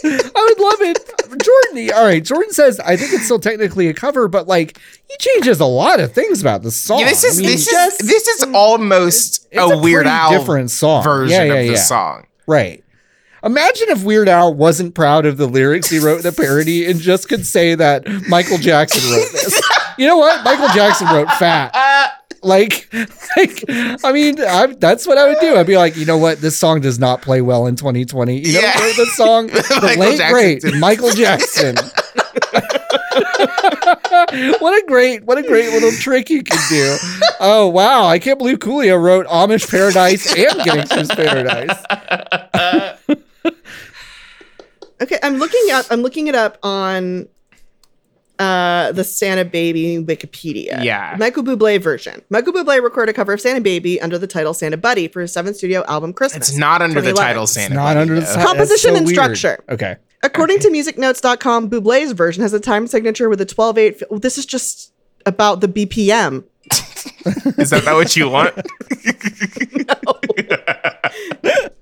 I would love it. Jordan, all right, Jordan says I think it's still technically a cover, but like he changes a lot of things about the song. Yeah, this Oh, I is mean, this just- is this is almost it's a Weird pretty Al different song version yeah, yeah, of the yeah. song. Right. Imagine if Weird Al wasn't proud of the lyrics he wrote in the parody and just could say that Michael Jackson wrote this. you know what? Michael Jackson wrote "Fat." Like, like, I mean, I, that's what I would do. I'd be like, you know what? This song does not play well in 2020. You know, Yeah. who wrote this song, the Michael late Jackson great did. Michael Jackson. what a great, what a great little trick you can do. Oh wow, I can't believe Coolio wrote Amish Paradise and Gangster's Paradise. Okay, I'm looking up. I'm looking it up on uh the Santa Baby Wikipedia. Yeah. Michael Bublé version. Michael Bublé recorded a cover of Santa Baby under the title Santa Buddy for his seventh studio album Christmas. It's not under the 2011. title Santa. not Buddy, under the though. side. Composition and structure. Okay. According to musicnotes.com, Bublé's version has a time signature with a 12/8. fi- well, This is just about the BPM. Is that not what you want?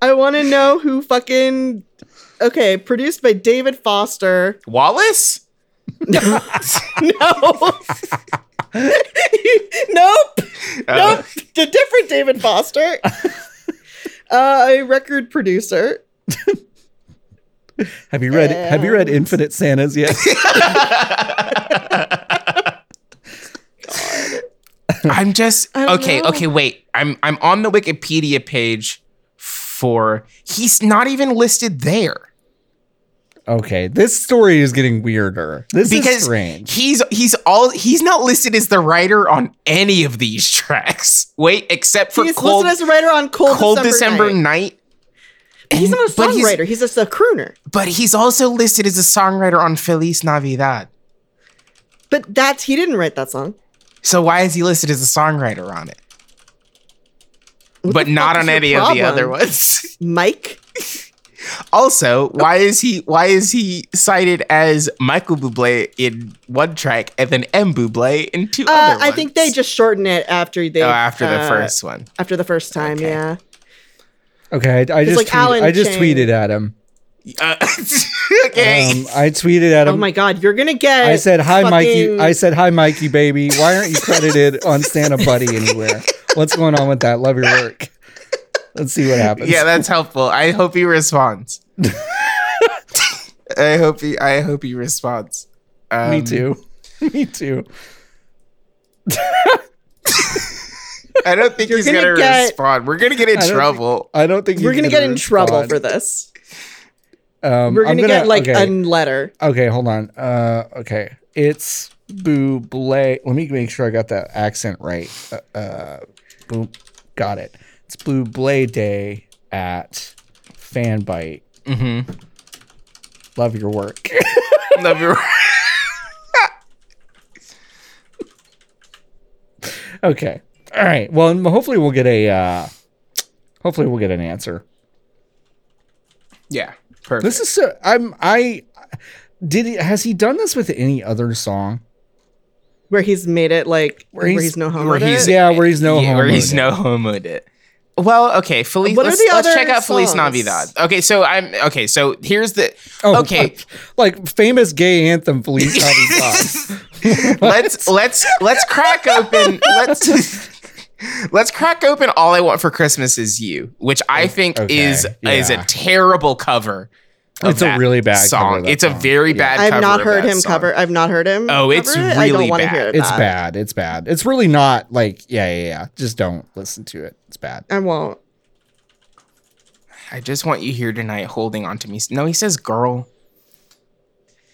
I want to know who fucking Okay, produced by David Foster. Wallace? No. nope. Uh, Nope. A different David Foster. Uh, a record producer. Have you read Have you read Infinite Santas yet? I'm just I don't okay. know. Okay, wait. I'm I'm on the Wikipedia page for he's not even listed there okay, this story is getting weirder. This is because strange. he's he's all he's not listed as the writer on any of these tracks. Wait, except for He's cold, listed as a writer on Cold, cold December. December, Night. night. He's not a but he's- songwriter. He's, just a crooner. But he's also listed as a songwriter on Feliz Navidad. But that's he didn't write that song. So why is he listed as a songwriter on it? What but the not fuck on is your any of the problem? other ones. Mike. also, why is he why is he cited as Michael Bublé in one track and then M Bublé in two Uh, other ones? I think they just shorten it after they oh, after the uh, first one. after the first time. Okay. Yeah. Okay, I, I just like tweet- Alan I just Chain. tweeted at him. Uh, okay. Um, I tweeted at him. Oh my God, you're gonna get. I said hi, Mikey. fucking- I said hi, Mikey, baby. Why aren't you credited on Santa Buddy anywhere? What's going on with that? Love your work. Let's see what happens. yeah, that's helpful. I hope he responds. I hope he I hope he responds. Um, me too. me too. I don't think he's gonna gonna, get- respond. We're gonna get in I don't think- trouble. I don't think we're he's gonna get in trouble respond. for this. Um, We're I'm gonna, get like okay. a letter. Okay, hold on. Uh, okay, it's Buble. Let me make sure I got that accent right. Uh, uh boom, got it. It's Blue Blade Day at Fanbite. Mm-hmm. Love your work. Love your. okay. All right. Well, and hopefully we'll get a. Uh, hopefully we'll get an answer. yeah. Perfect. This is so. I'm. I did. He, has he done this with any other song? where he's made it like where Where he's, he's- no homo. where to he's- it. Yeah, where he's no Yeah, homo. Where he's to no homoed it. Well, okay, Felice. What are let's, the let's other check out Felice songs? Navidad. Okay, so I'm okay. So here's the Oh, okay. Like, like famous gay anthem, please. Navidad. let's let's let's crack open let's let's crack open all I want for Christmas is you, which I think Oh, okay, is is a yeah. terrible cover. of It's a that really bad cover song. of that it's a song. very Yeah. bad. I've cover not of heard that him song. cover. I've not heard him. Oh, it's cover it. I really don't want to bad. hear it. it's bad. It's bad. It's really not like. Yeah, yeah, yeah. Just don't listen to it. It's bad. I won't. I just want you here tonight, holding on to me. No, he says girl.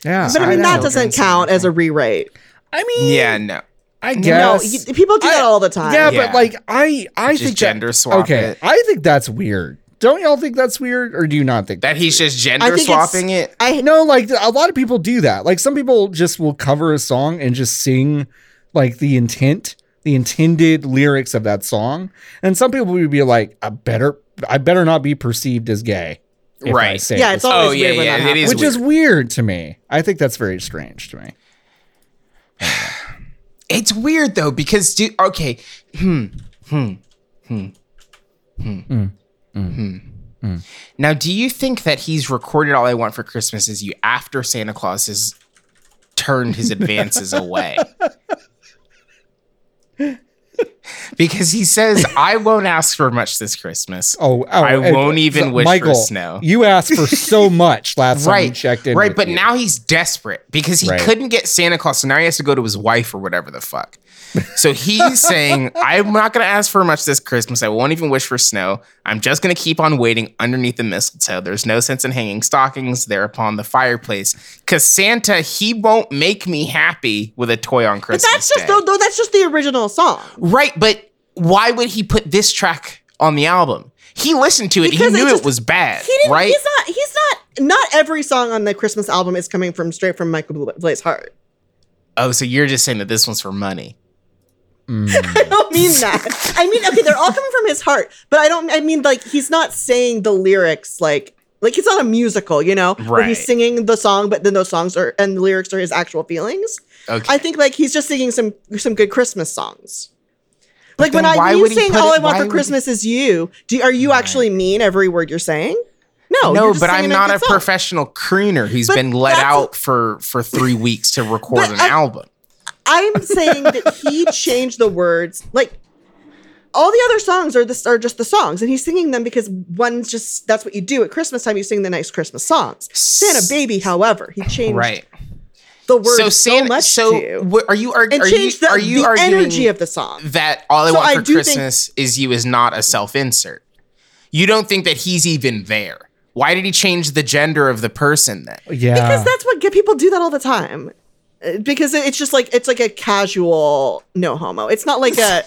Yeah. But I mean, know. that doesn't count as a re-rate. I mean, Yeah, no. I No, guess. you, people do that I- all the time. yeah, Yeah. but like, I, I Just think gender that, swap Okay, it. I think that's weird. Don't y'all think that's weird, or do you not think That that's he's weird? just I gender think it's- swapping it. I No, like a lot of people do that. Like some people just will cover a song and just sing like the intent, the intended lyrics of that song. And some people would be like, I better I better not be perceived as gay. if I Right. say yeah, this it's always Oh, yeah, weird when yeah, that it is happens. which is weird to me. I think that's very strange to me. It's weird though because do, okay, hmm, hmm, hmm, hmm, hmm. Mm, mm, mm. Now, do you think that he's recorded "All I Want for Christmas Is You" after Santa Claus has turned his advances away? Because he says, "I won't ask for much this Christmas." Oh, oh I and- won't even wish for Michael, snow. You asked for so much last time you Right, checked in. right, with but you. now he's desperate because he Right. couldn't get Santa Claus, so now he has to go to his wife or whatever the fuck. So he's saying, "I'm not going to ask for much this Christmas. I won't even wish for snow. I'm just going to keep on waiting underneath the mistletoe. There's no sense in hanging stockings there upon the fireplace because Santa he won't make me happy with a toy on But Christmas that's just Day. though. That's just the original song. right, but why would he put this track on the album? He listened to it. Because he it knew just- it was bad. He didn't. right? He's not. He's not. Not every song on the Christmas album is coming from straight from Michael Bla- Blake's heart. oh, so you're just saying that this one's for money? Mm. I don't mean that. I mean, okay, they're all coming from his heart, but I don't. I mean, like he's not saying the lyrics like like it's not a musical, you know, where he's Right. singing the song, but then those songs are and the lyrics are his actual feelings. Okay. I think like he's just singing some some good Christmas songs. Like when then I why when you would he sing put "All it- I Want why for would he- Christmas Is You," do are you actually mean every word you're saying? No, no, you're just but I'm singing not a good song. professional crooner who's But been let that's- out for for three weeks to record But an I- album. I'm saying that he changed the words. Like all the other songs are this are just the songs, and he's singing them because one's just that's what you do at Christmas time. You sing the nice Christmas songs. Santa baby, however, he changed Right. the words so, so Santa, much so to wh- are you are, and are you changed the, are you the arguing energy of the song. that all I So want I for do think- Christmas is you is not a self insert? You don't think that he's even there? Why did he change the gender of the person then? yeah, because that's what get people do that all the time. Uh, Because it- it's just like it's like a casual no homo. It's not like a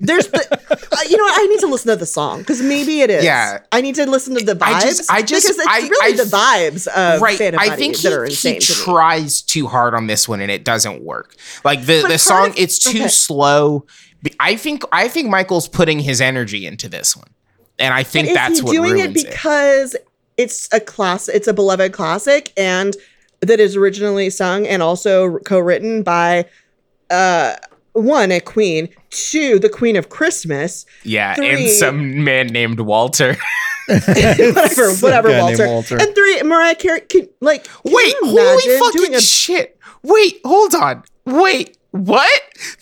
there's the, uh, you know what, I need to listen to the song because maybe it is. Yeah. I need to listen to the vibes. I just- I just- because it's I- really I- the vibes of right. Santa I Buddy think that are he, he insane. to me. tries too hard on this one and it doesn't work. Like the, part the of- song, it's too okay. slow. B- I think I think Michael's putting his energy into this one, and I think Is that's he what doing it ruins it. because it's a class? It's a beloved classic, and that is originally sung and also co-written by uh, one a queen, two the queen of Christmas, Yeah, Three. and some man named Walter. whatever, Some whatever, guy named Walter. Walter. And three, Mariah Carey. Can, like, can Wait, you holy imagine fucking doing a- shit! Wait, hold on. Wait, what?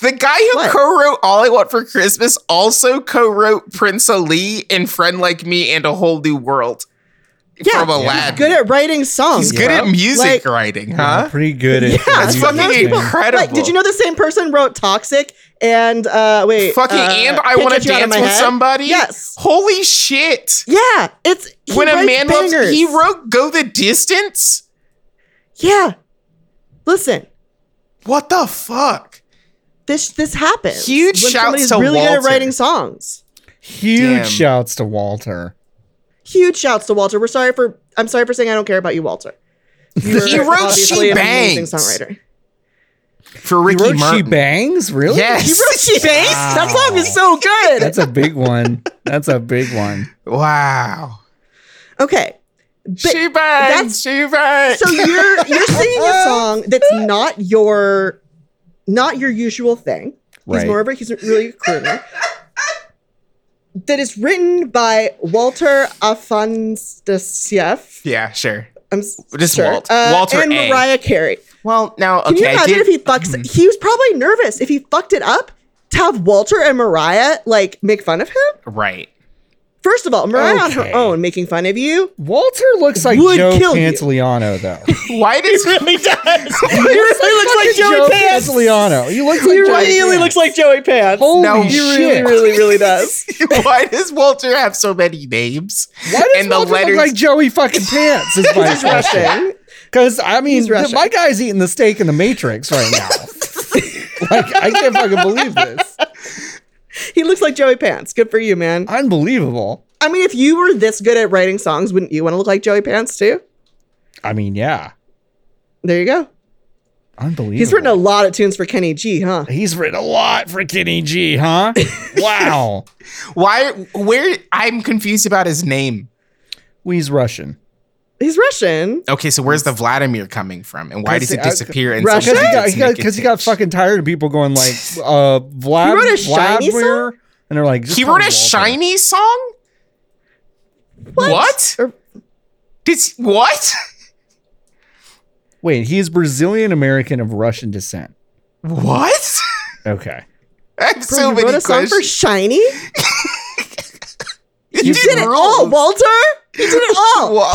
The guy who What? co-wrote "All I Want for Christmas" also co-wrote "Prince Ali" and "Friend Like Me" and "A Whole New World" Yeah, from Aladdin. good at writing songs. He's good bro. at music Oh, Like, writing, Yeah, huh? pretty good. at Yeah, That's Sometimes fucking people- incredible. Like, did you know the same person wrote "Toxic" and uh, wait, Fucking uh, and I Can't want Get to You Out of dance My with Head? somebody. Yes. Holy shit! Yeah, it's he when a writes man bangers. loves, he wrote "Go the Distance." Yeah, listen, What the fuck? this this happens. Huge shouts somebody's to really good at Walter. writing songs. Huge Damn. shouts to Walter. Huge shouts to Walter. We're sorry for I'm sorry for saying I don't care about you, Walter. You He were wrote She obviously an amazing Bangs. songwriter. For He Ricky wrote She Martin. Bangs? Really? Yes. He wrote She Bangs. That song is so good. That's a big one. That's a big one. Wow. okay. she bangs. that's- She bangs. So you're you're singing a song that's not your not your usual thing. He's Right. more of a he's really a crooner. That is written by Walter Afanasieff. yeah, sure. I'm s- Just sure. Uh, Walt. Walter and A. Mariah Carey. Well, now okay. Can you I imagine did- if he fucks? He was probably nervous if he fucked it up to have Walter and Mariah like make fun of him. right. First of all, Mariah on Okay. her own making fun of you. Walter looks like Would Joe kill you. Pantoliano, though. Why does he really does? he really looks like Joey Pants. Pantoliano. He looks He like Joey really Pants. looks like Joey Pants. Holy No, shit. he he really, really, really does. Why does Walter have so many names? Why does and the Walter letters? look like Joey fucking Pants? Is my He's Russian. Because I mean, He's Russian. my guy's eating the steak in the Matrix right now. like I can't fucking believe this. He looks like Joey Pants. Good for you, man. Unbelievable. I mean, if you were this good at writing songs, wouldn't you want to look like Joey Pants too? I mean, yeah, There you go. unbelievable. He's written a lot of tunes for Kenny G, huh? He's written a lot for Kenny G, huh? wow. Why? Where? I'm confused about his name. Well, he's Russian. He's Russian. Okay, so where's the Vladimir coming from, and why does it Because- disappear? And Russia? Because he sometimes got it's he got, Nick and uh, 'cause he got Pitch? fucking tired of people going like uh Vlad. He wrote a Shiny song? Vladimir? And they're like, just He call wrote me a Walter. shiny song. What? Or- Did s- what? Wait, he's Brazilian American of Russian descent. What? Okay. I have Bro, so you many wrote a song for questions. Shiny? You Did it all, Walter? He did it all.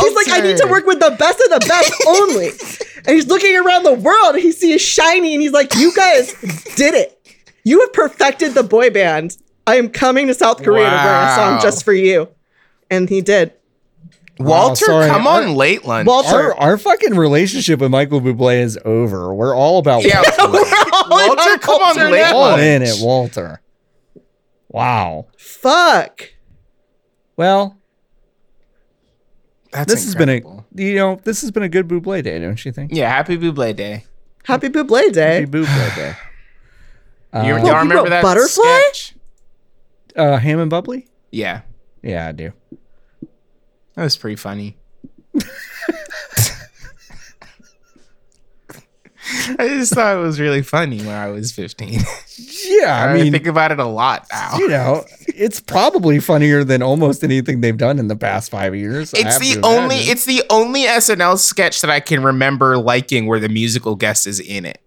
He's like, I need to Walter. work with the best of the best only. and he's looking around the world and he sees Shiny and he's like, You guys did it. You have perfected the boy band. I am coming to South Korea to Wow. write a song just for you. And he did. Walter, Wow, sorry. come on, Lateland. Walter. Our, our fucking relationship with Michael Bublé is over. We're all about Yeah, Walter, come on, Walter Lateland. now. all in at Walter. Wow. Fuck. Well, That's this incredible. has been a you know this has been a good Buble day, don't you think? yeah. Happy Buble Day. Happy Buble Day. Happy Buble day. Uh, you, you, y'all Well, he remember wrote that Butterfly? sketch? uh, ham and bubbly? Yeah, Yeah, I do. that was pretty funny. I just thought it was really funny when I was 15. Yeah, I I, mean, think about it a lot now. you know, it's probably funnier than almost anything they've done in the past five years. I It's have the to only imagine. it's the only SNL sketch that I can remember liking where the musical guest is in it.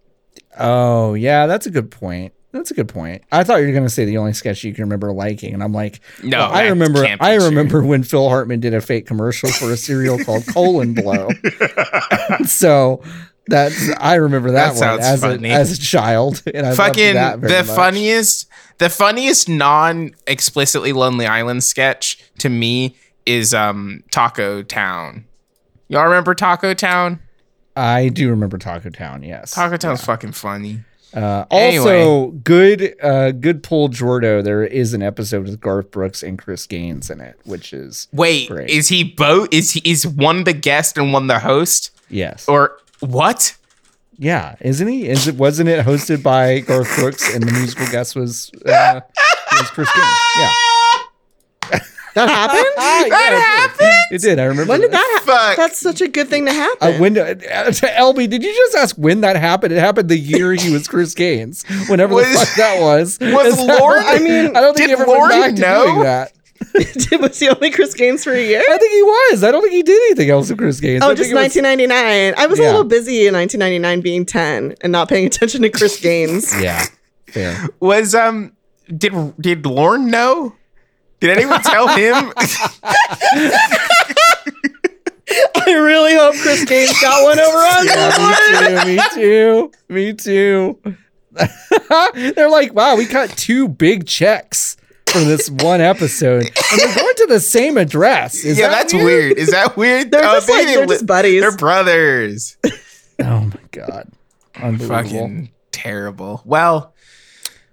Oh yeah, that's a good point. That's a good point. I thought you were gonna say the only sketch you can remember liking, and I'm like, No, well, I that remember. can't be I true. remember when Phil Hartman did a fake commercial for a cereal called Colon Blow. so that's I remember That that, one sounds as a, funny. as a child, and I loved Fucking that very the much. funniest the funniest non explicitly Lonely Island sketch to me is um Taco Town. Y'all remember Taco Town? I do remember Taco Town. Yes. Taco Town's fucking funny. Uh, also, Anyway. good uh, good pull, Jordo. There is an episode with Garth Brooks and Chris Gaines in it, which is Wait, Great. is he both is he is one the guest and one the host? yes, Or what? Yeah, isn't he? Is it wasn't it hosted by Garth Brooks and the musical guest was uh, was Chris Gaines? Yeah, That happened? That it did. I remember. When did that happen? Fuck. That's such a good thing to happen. Uh, when did- uh, to LB, did you just ask when that happened? It happened the year he was Chris Gaines, whenever Was- the fuck that was. was Is that- Lauren- I mean, I don't think did he ever went Lauren back to know? doing that. It was the only Chris Gaines for a year? I think he was. I don't think he did anything else with Chris Gaines. Oh, I just think it was- 1999. I was Yeah. a little busy in 1999 being 10 and not paying attention to Chris Gaines. Yeah, fair. was um did did Lorne know? Did anyone tell him? I really hope Chris Gaines got one over us. Yeah, me too. Me too. Me too. They're like, wow, we cut two big checks for this one episode, and we're going to the same address. Is yeah, that that's weird? Is that weird? They're Oh, just they like, didn't they're li- just buddies. They're brothers. Oh my god, unbelievable. Fucking terrible. Well,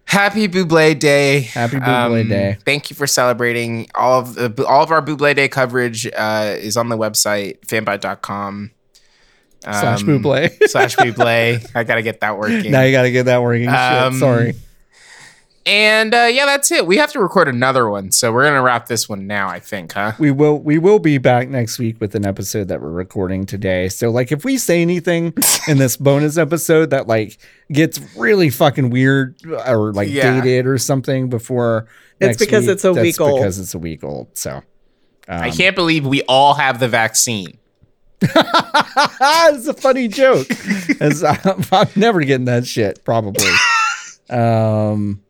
Happy Buble Day. Happy um, Buble Day. Thank you for celebrating. All of the, all of our Buble Day coverage uh, is on the website, fanbite.com. Um, Slash Buble. slash Buble. I got to get that working. now you got to get that working. Shit, Um, Sorry. and uh, yeah, that's it. We have to record another one. So we're going to wrap this one now, I think, huh? We will we will be back next week with an episode that we're recording today. So like if we say anything in this bonus episode that like gets really fucking weird or like Yeah. dated or something before It's next because it's a that's week old. Because it's a week old. So I can't believe we all have the vaccine. it's a funny joke. It's- I'm, I'm never getting that shit, probably. um,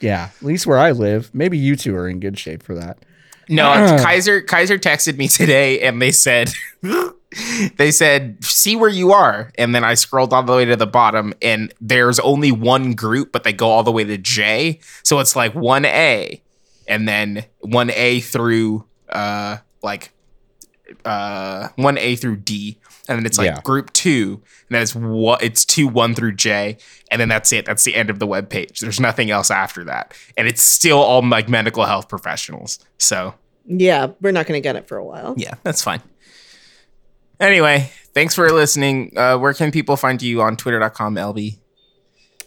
yeah, at least where I live. Maybe you two are in good shape for that. No, Kaiser Kaiser texted me today and they said they said see where you are and then I scrolled all the way to the bottom and there's only one group but they go all the way to J so it's like 1A and then 1A through uh like uh 1A through D and then it's like Yeah. group 2 and then it's what it's 2 1 through J and then that's it that's the end of the web page there's nothing else after that and it's still all like medical health professionals so Yeah, we're not going to get it for a while. yeah, that's fine. Anyway, thanks for listening. Uh, where can people find you on twitter.com, LB?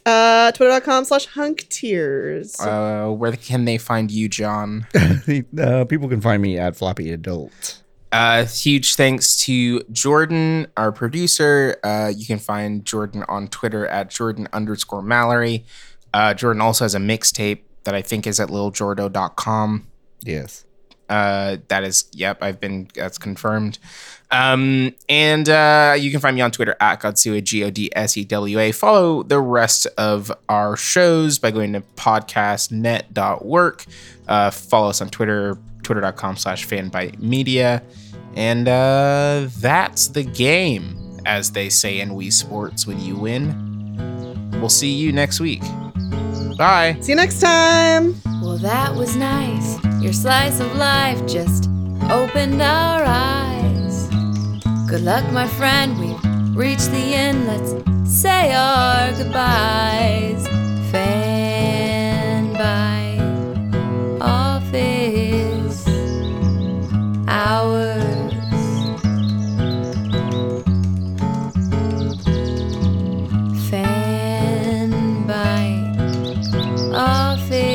Uh, Twitter.com slash hunk tears. Uh, where can they find you, John? Uh, people can find me at Floppy Adult. Uh, huge thanks to Jordan, our producer. Uh, you can find Jordan on Twitter at Jordan underscore Mallory. Uh, Jordan also has a mixtape that I think is at liljordo.com. Yes. Uh, that is, yep, I've been, that's confirmed. Um, and uh, you can find me on Twitter at Godsewa, G O D S E W A. Follow the rest of our shows by going to podcastnet.work. Uh, follow us on Twitter, twitter.com slash fanbitemedia. And uh, that's the game, as they say in Wii Sports when you win. We'll see you next week. Bye. See you next time. Well, that was nice. Your slice of life just opened our eyes. Good luck, my friend. We've reached the end. Let's say our goodbyes. Fan by office hours. Fan by office.